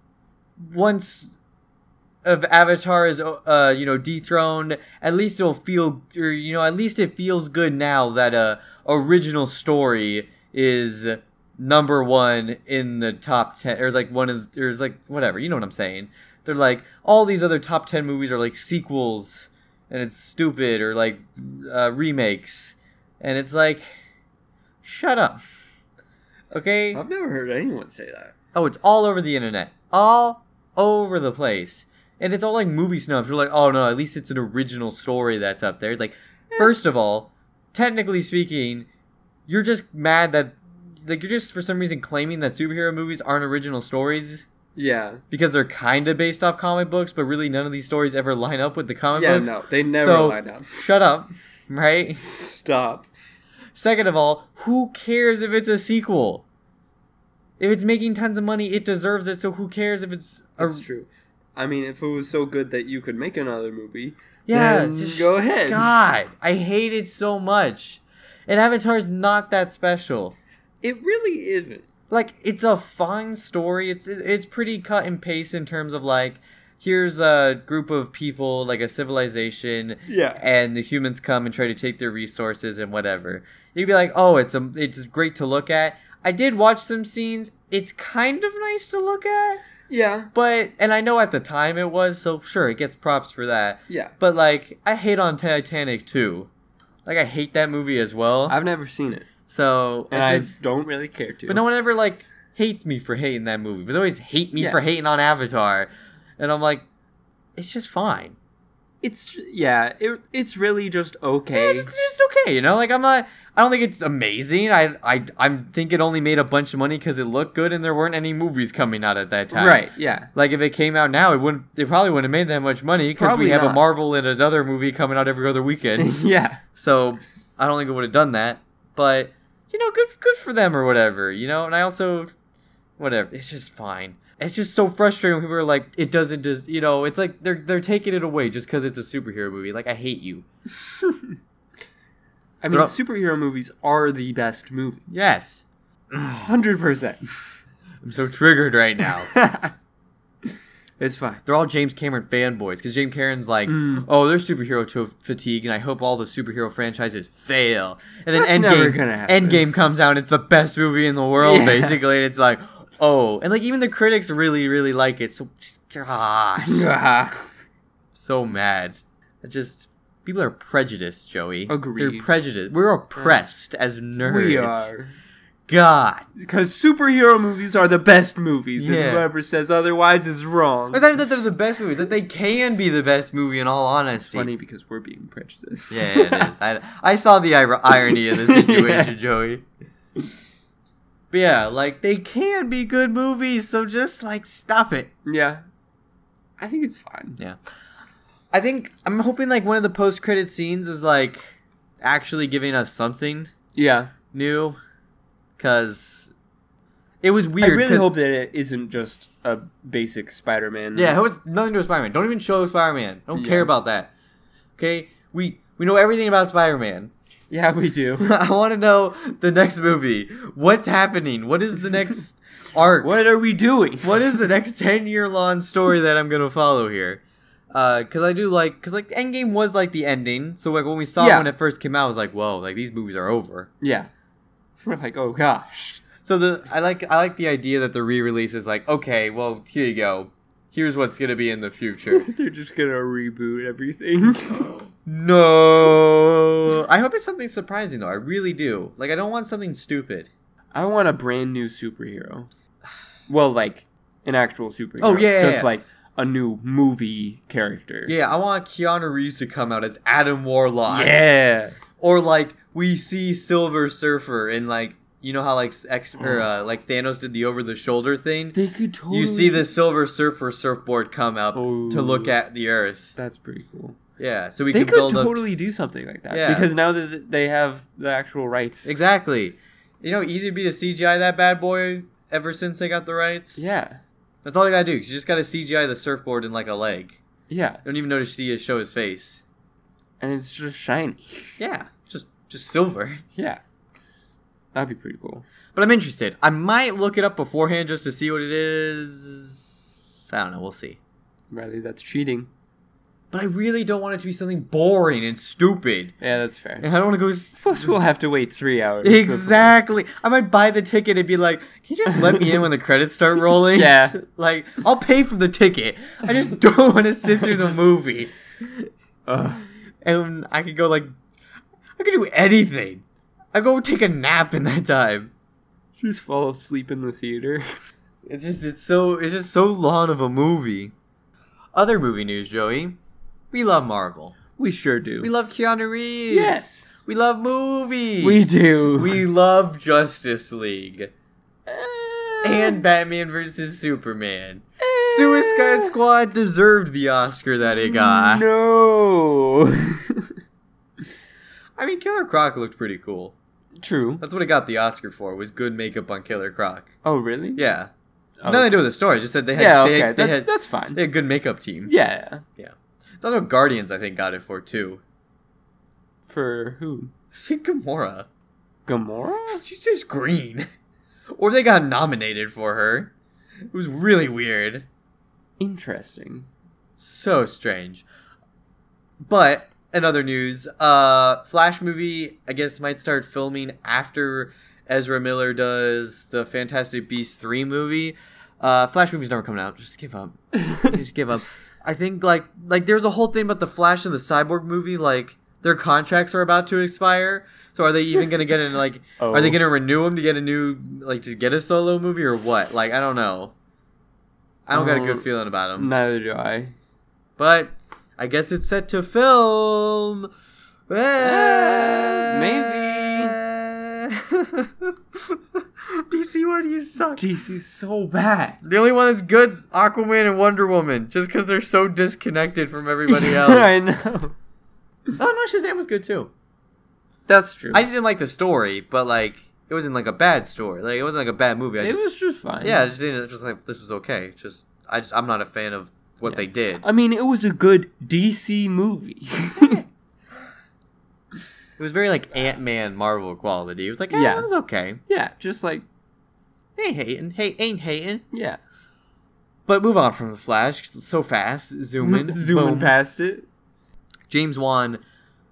S1: once of Avatar is uh you know dethroned, at least it'll feel or you know, at least it feels good now that uh original story is number 1 in the top 10 or is like one of there's like whatever, you know what I'm saying. They're like all these other top 10 movies are like sequels and it's stupid or like uh, remakes and it's like shut up okay
S2: I've never heard anyone say that.
S1: oh it's all over the internet all over the place and it's all like movie snubs we're like oh no at least it's an original story that's up there It's like first of all technically speaking you're just mad that like you're just for some reason claiming that superhero movies aren't original stories
S2: Yeah,
S1: because they're kind of based off comic books but really none of these stories ever line up with the comic
S2: yeah,
S1: books
S2: no, they never
S1: So-
S2: line up.
S1: shut up right
S2: Stop.
S1: Second of all, who cares if it's a sequel? If it's making tons of money, it deserves it. So who cares if it's a
S2: That's true. I mean, if it was so good that you could make another movie,
S1: yeah?
S2: Then
S1: just-
S2: go ahead.
S1: God, I hate it so much. And Avatar's not that special.
S2: it really isn't.
S1: Like it's a fine story. It's it's pretty cut and paste in terms of like here's a group of people like a civilization
S2: Yeah.
S1: and the humans come and try to take their resources and whatever. You'd be like, oh, it's a, it's great to look at. I did watch some scenes. It's kind of nice to look at,
S2: Yeah.
S1: but and I know at the time it was so sure it gets props for that.
S2: Yeah.
S1: But like, I hate on Titanic too. Like I hate that movie as well.
S2: I've never seen it,
S1: so
S2: and
S1: I
S2: I
S1: just,
S2: don't really care to.
S1: but no one ever like hates me for hating that movie. But they always hate me
S2: Yeah.
S1: for hating on Avatar, and I'm like, it's just fine.
S2: it's yeah, it, it's really just okay.
S1: Yeah, just, just okay, you know. Like I'm not. I don't think it's amazing. I I I think it only made a bunch of money because it looked good and there weren't any movies coming out at that time.
S2: right? Yeah.
S1: Like if it came out now, it wouldn't. It probably wouldn't have made that much money because we
S2: Probably
S1: have a
S2: not.
S1: Marvel and another movie coming out every other
S2: [laughs]
S1: weekend.
S2: yeah.
S1: so I don't think it would have done that. But you know, good good for them or whatever. You know. And I also, whatever. It's just fine. It's just so frustrating when people are like, it doesn't just. You know, it's like they're they're taking it away just because it's a superhero movie. Like I hate you.
S2: I mean,
S1: Bro-
S2: superhero movies are the
S1: [sighs]
S2: best movie.
S1: Yes.
S2: Hundred percent.
S1: I'm so triggered right now.
S2: [laughs] It's fine. [laughs]
S1: They're all James Cameron fanboys because James Cameron's like,
S2: Mm.
S1: oh, there's superhero to- fatigue, and I hope all the superhero franchises fail. And then
S2: That's
S1: Endgame,
S2: never gonna happen.
S1: Endgame comes out, and it's the best movie in the world,
S2: Yeah.
S1: basically. And it's like, oh, and like even the critics really, really like it. So, [laughs] God, so mad. It just people are prejudiced, Joey.
S2: Agreed.
S1: They're prejudiced. We're oppressed as nerds.
S2: we are.
S1: god.
S2: Because superhero movies are the best movies,
S1: Yeah.
S2: and whoever says otherwise is wrong.
S1: It's not even that they're the best movies. That they can be the best movie in all honesty.
S2: funny because we're being prejudiced.
S1: Yeah, it is. I, I saw the ir- irony [laughs] of the situation, Joey. But yeah, like they can be good movies, so just like stop it.
S2: [laughs] yeah. I think it's fine.
S1: Yeah. I think I'm hoping like one of the post credit scenes is like actually giving us something
S2: Yeah.
S1: new, because it was weird.
S2: I really
S1: 'cause-
S2: hope that it isn't just a basic Spider-Man.
S1: Yeah, how it's nothing to do with Spider Man. Don't even show Spider Man. Don't
S2: Yeah.
S1: care about that. Okay, we we know everything about Spider Man.
S2: Yeah, we do.
S1: [laughs] I want to know the next movie. What's happening? What is the
S2: [laughs]
S1: next arc?
S2: what are we doing?
S1: what is the next 10 year long story that I'm going to follow here? Because I do like, because like Endgame was like the ending. So like when we saw it
S2: Yeah.
S1: when it first came out, I was like, whoa, like these movies are over.
S2: [laughs] Yeah. We're like, oh gosh.
S1: So the I like I like the idea that the re release is like, okay, well here you go, here's what's gonna be in the
S2: [laughs]
S1: future.
S2: They're just gonna reboot everything.
S1: [laughs]
S2: [laughs]
S1: no, I hope it's something surprising though. I really do. Like I don't want something stupid.
S2: I want a brand new superhero. Well, like an actual superhero.
S1: Oh, yeah, yeah,
S2: Just
S1: yeah.
S2: like a new movie character.
S1: Yeah, I want Keanu Reeves to come out as Adam Warlock.
S2: Yeah.
S1: or like we see Silver Surfer and like you know how like X or
S2: Oh.
S1: uh, like Thanos did the over the shoulder thing.
S2: They could totally.
S1: You see the Silver Surfer surfboard come up
S2: Oh.
S1: to look at the Earth.
S2: That's pretty cool.
S1: Yeah, so we
S2: they
S1: can
S2: could
S1: build up
S2: totally do something like that
S1: Yeah.
S2: because now that they have the actual rights.
S1: exactly. You know, easy to be to CGI that bad boy ever since they got the rights.
S2: Yeah.
S1: That's all you gotta do. 'cause You just gotta CGI the surfboard and like a leg.
S2: Yeah.
S1: You don't even notice see show his face.
S2: And it's just shiny.
S1: Yeah, just just silver. [laughs]
S2: Yeah. That'd be pretty cool.
S1: But I'm interested. I might look it up beforehand just to see what it is. I don't know. We'll see.
S2: Riley, that's cheating.
S1: But I really don't want it to be something boring and stupid.
S2: Yeah, that's fair.
S1: And [laughs] I don't want to go.
S2: [laughs]
S1: s-
S2: Plus, we'll have to wait three hours. before-
S1: Exactly. I might buy the ticket and be like, "Can you just let me in when the credits start rolling?"
S2: Yeah.
S1: [laughs] like, I'll pay for the ticket. I just [laughs] don't want to sit through the movie.
S2: Ugh.
S1: And I could go like, I could do anything. I go take a nap in that time.
S2: just fall asleep in the theater. [laughs]
S1: It's just it's so it's just so long of a movie. Other movie news, Joey. We love Marvel.
S2: We sure do.
S1: We love Keanu Reeves.
S2: yes,
S1: We love movies.
S2: we do. [laughs]
S1: We love Justice League and
S2: and
S1: Batman vs Superman. Suicide Squad deserved the Oscar that it got. [laughs]
S2: No.
S1: I mean, Killer Croc looked pretty cool.
S2: True.
S1: That's what it got the Oscar for. Was good makeup on Killer Croc.
S2: Oh, really?
S1: Yeah,
S2: Oh,
S1: nothing to do with the story. Just that they had
S2: yeah.
S1: they,
S2: Okay.
S1: had- they
S2: that's
S1: had,
S2: that's fine.
S1: they had a good makeup team.
S2: yeah.
S1: It's also Guardians. I think got it for too.
S2: For who?
S1: I think Gamora.
S2: Gamora.
S1: She's just green. [laughs] Or they got nominated for her. It was really weird.
S2: Interesting.
S1: So strange. But in other news, uh Flash movie I guess might start filming after Ezra Miller does the Fantastic Beasts 3 movie. Uh Flash movie's never coming out. Just give
S2: [laughs]
S1: up. Just give up. I think like like there's a whole thing about the Flash and the Cyborg movie like their contracts are about to expire. So are they even going to get
S2: [laughs]
S1: in like
S2: Oh.
S1: are they going to renew him to get a new like to get a solo movie or what? Like I don't know. I don't got a good
S2: Um,
S1: feeling about him.
S2: Neither do I.
S1: But I guess it's set to film. Eh. [laughs]
S2: maybe.
S1: DC, why do you suck?
S2: DC's so bad.
S1: The only one that's good's Aquaman and Wonder Woman, just because they're so disconnected from
S2: [laughs]
S1: everybody else.
S2: [laughs]
S1: [laughs]
S2: I know.
S1: Oh no, Shazam was good too.
S2: That's true.
S1: I just didn't like the story, but like it wasn't like a bad story. Like it wasn't like a bad movie. I
S2: it
S1: just,
S2: was just fine.
S1: yeah, I just didn't. Just like this was okay. Just I just I'm not a fan of what
S2: Yeah.
S1: they did.
S2: I mean, it was a good DC movie. [laughs]
S1: It was very like Ant Man Marvel quality. It was like, eh, yeah,
S2: Yeah.
S1: it was okay.
S2: yeah, just like
S1: Hey, hating, hey, ain't hating.
S2: yeah,
S1: But move on from the Flash 'cause it's so fast. Zoom in,
S2: zooming
S1: boom.
S2: past it.
S1: James Wan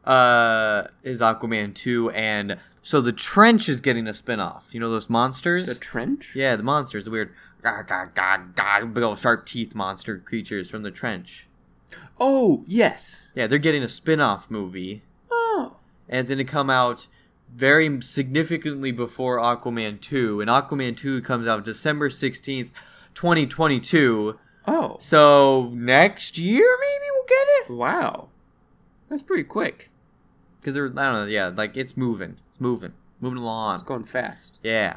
S1: uh, is Aquaman two, and so the Trench is getting a spinoff. You know those monsters?
S2: The trench.
S1: yeah, the monsters, the weird, gah, gah, gah, gah, big old sharp teeth monster creatures from the Trench.
S2: Oh yes.
S1: Yeah, they're getting a spin-off movie,
S2: Oh.
S1: and it's going to come out very significantly before Aquaman 2, and Aquaman 2 comes out December 16th, 2022.
S2: Oh,
S1: So next year, maybe we'll get it?
S2: wow. That's pretty quick.
S1: Because they're, I don't know, yeah, like it's moving. It's moving. Moving along.
S2: It's going fast.
S1: Yeah.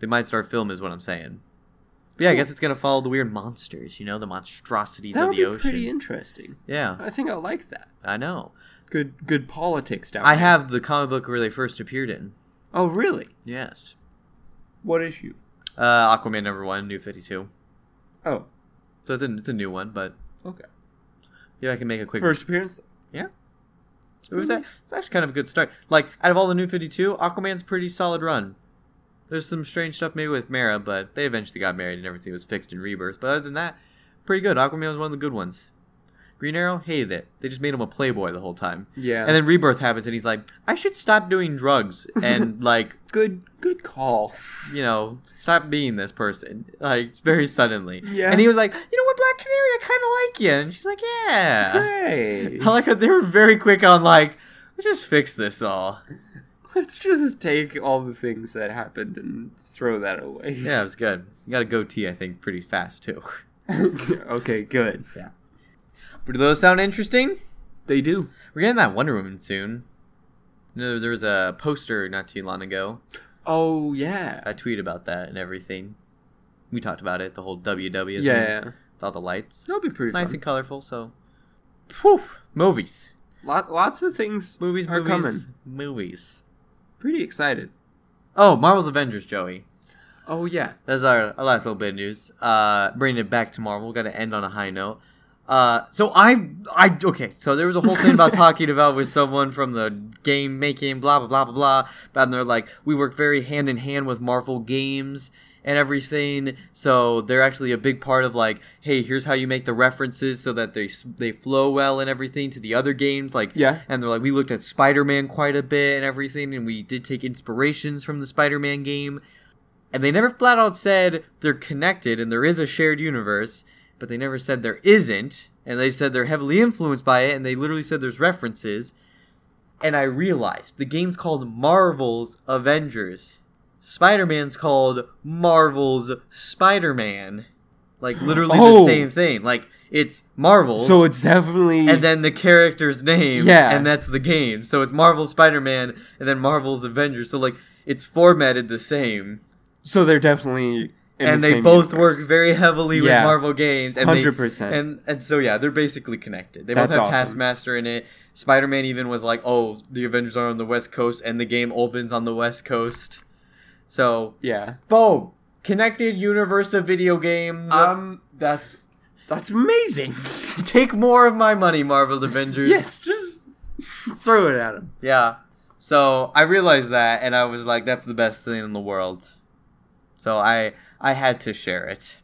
S1: They might start film, is what I'm saying. But yeah, I
S2: Cool.
S1: guess it's going to follow the weird monsters, you know, the monstrosities
S2: That
S1: of
S2: would
S1: the
S2: be
S1: ocean.
S2: pretty interesting.
S1: yeah,
S2: I think I like that.
S1: I know.
S2: Good good politics down
S1: I
S2: there.
S1: have the comic book where they first appeared in.
S2: Oh, really?
S1: Yes.
S2: What issue?
S1: Uh, Aquaman number one, New 52.
S2: Oh,
S1: So it's a, it's a new one, but
S2: okay.
S1: yeah, I can make a quick.
S2: First appearance.
S1: Yeah.
S2: It's
S1: It was
S2: pretty-
S1: a, it's actually kind of a good start. Like out of all the new Fifty Two, Aquaman's pretty solid run. There's some strange stuff maybe with Mara, but they eventually got married and everything was fixed in Rebirth. But other than that, pretty good. Aquaman was one of the good ones. Green Arrow hated it. They just made him a playboy the whole time.
S2: Yeah.
S1: And then Rebirth happens, and he's like, "I should stop doing drugs
S2: [laughs]
S1: and like,
S2: good good call.
S1: you know, stop being this person." Like very suddenly.
S2: Yeah.
S1: And he was like, "You know what, Black Canary, I kind of like you." And she's like, "Yeah." [laughs]
S2: Hey.
S1: I like how they were very quick on like, let's just fix this all.
S2: Let's just take all the things that happened and throw that away.
S1: Yeah, it was good. You got a goatee, I think, pretty fast too.
S2: [laughs]
S1: [laughs]
S2: okay, good.
S1: Yeah. But do those sound interesting?
S2: They do.
S1: We're getting that Wonder Woman soon. You know, there was a poster not too long ago.
S2: Oh yeah.
S1: I tweeted about that and everything. We talked about it, the whole WW
S2: Yeah.
S1: thing
S2: yeah.
S1: with all the lights.
S2: That'll be pretty
S1: Nice
S2: fun.
S1: and colorful, so. Whew! Movies.
S2: Lot, lots of things
S1: Movies,
S2: are
S1: movies,
S2: coming.
S1: movies.
S2: Pretty excited.
S1: Oh, Marvel's Avengers, Joey.
S2: Oh yeah.
S1: That's our, our last little bit of news. Uh, bringing it back to Marvel. Got to end on a high note. Uh, so I, I okay. So there was a whole thing about talking about with someone from the game making, blah blah blah blah blah. But they're like, we work very hand in hand with Marvel games and everything. So they're actually a big part of like, hey, here's how you make the references so that they s- they flow well and everything to the other games. Like,
S2: Yeah.
S1: and they're like, we looked at Spider Man quite a bit and everything, and we did take inspirations from the Spider Man game. And they never flat out said they're connected and there is a shared universe, but they never said there isn't. And they said they're heavily influenced by it, and they literally said there's references. And I realized the game's called Marvel's Avengers. Spider Man's called Marvel's Spider Man. Like literally
S2: Oh.
S1: the same thing. Like it's Marvel
S2: So it's definitely
S1: and then the character's name.
S2: Yeah.
S1: And that's the game. So it's Marvel Spider Man and then Marvel's Avengers. So like it's formatted the same.
S2: so they're definitely in
S1: and
S2: the
S1: they
S2: same
S1: both
S2: universe.
S1: work very heavily
S2: Yeah.
S1: with Marvel games. And they-
S2: 100%.
S1: And and so yeah, they're basically connected. They
S2: That's
S1: both have
S2: awesome.
S1: Taskmaster in it. Spider Man even was like, Oh, the Avengers are on the West Coast and the game opens on the West Coast. So
S2: yeah.
S1: boom. Connected universe of video games.
S2: Um that's that's amazing.
S1: [laughs] Take more of my money, Marvel Avengers.
S2: yes, just throw it at him.
S1: Yeah. So I realized that, and I was like, "That's the best thing in the world." So I I had to share it.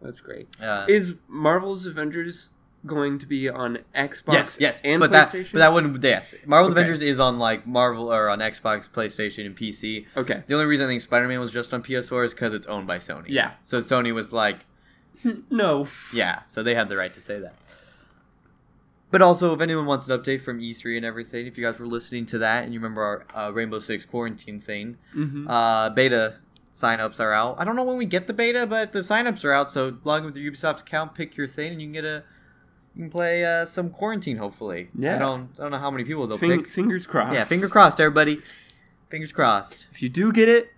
S2: That's great.
S1: Uh,
S2: Is Marvel's Avengers going to be on Xbox?
S1: yes, yes,
S2: and
S1: but that
S2: PlayStation.
S1: but that wouldn't. Yes, Marvel's
S2: Okay.
S1: Avengers is on like Marvel or on Xbox, PlayStation, and PC.
S2: okay.
S1: The only reason I think Spider Man was just on PS4 is because it's owned by Sony.
S2: Yeah.
S1: So Sony was like,
S2: [laughs] no.
S1: yeah, so they had the right to say that. But also, if anyone wants an update from E3 and everything, if you guys were listening to that and you remember our uh, Rainbow Six quarantine thing,
S2: Mm-hmm.
S1: Uh, beta signups are out. I don't know when we get the beta, but the signups are out. So log in with your Ubisoft account, pick your thing, and you can get a you can play uh, some quarantine. Hopefully,
S2: Yeah.
S1: I don't I don't know how many people they'll
S2: Fing- uh,
S1: pick.
S2: fingers crossed.
S1: Yeah, finger crossed, everybody. Fingers crossed.
S2: If you do get it,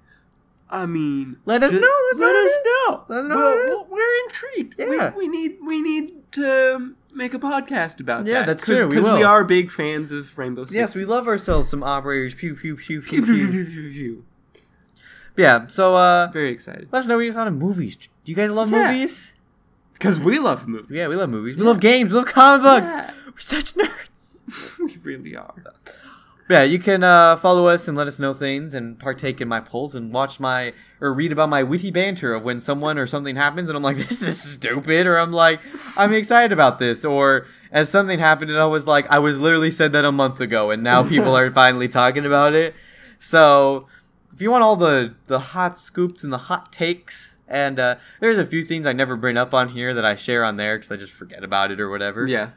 S2: I mean,
S1: Let us
S2: ju-
S1: know, that's
S2: Let
S1: what it
S2: us
S1: is.
S2: know.
S1: Let us know
S2: Well,
S1: what it is.
S2: well, we're intrigued.
S1: Yeah.
S2: We, we need. We need to um, make a podcast about
S1: Yeah,
S2: that.
S1: that's
S2: Cause,
S1: true, we
S2: Because we
S1: will.
S2: are big fans of Rainbow Six.
S1: Yes, we love ourselves some operators. Pew pew pew
S2: [laughs]
S1: pew. pew.
S2: love.
S1: yeah. So uh,
S2: Very excited.
S1: let us know what you thought of movies. Do you guys love
S2: Yeah.
S1: movies?
S2: Because we love movies.
S1: Yeah, we
S2: [laughs]
S1: love movies. We love games. We love comic books.
S2: Yeah.
S1: We're such nerds.
S2: [laughs] we really are.
S1: Yeah, you can uh, follow us and let us know things and partake in my polls and watch my or read about my witty banter of when someone or something happens and I'm like, [laughs] this is stupid, or I'm like, I'm excited about this, or as something happened and I was like, I was literally said that a month ago and now people are finally talking about it. So if you want all the the hot scoops and the hot takes, and uh, there's a few things I never bring up on here that I share on there because I just forget about it or whatever.
S2: Yeah.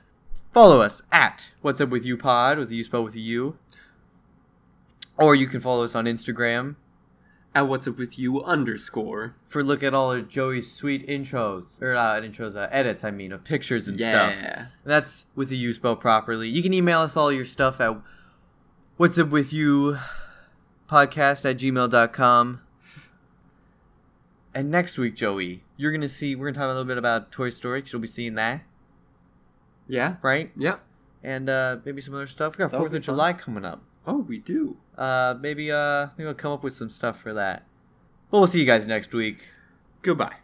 S1: Follow us at What's Up With You Pod with the U spelled with a U. Or you can follow us on Instagram
S2: At what's up with you underscore.
S1: for look at all of Joey's sweet intros or uh, intros uh, edits. I mean, of pictures and stuff.
S2: Yeah.
S1: And that's with the U spell properly. You can email us all your stuff at what's up with you podcast at gmail.com. And next week, Joey, you're going to see, we're going to talk a little bit about Toy Story because you'll be seeing that,
S2: Yeah.
S1: right?
S2: Yep.
S1: And uh, maybe some other stuff. We got
S2: That'll
S1: 4th of
S2: be fun.
S1: July coming up.
S2: Oh, we do.
S1: Uh, maybe, uh, maybe I'll come up with some stuff for that. But we'll see you guys next week.
S2: Goodbye.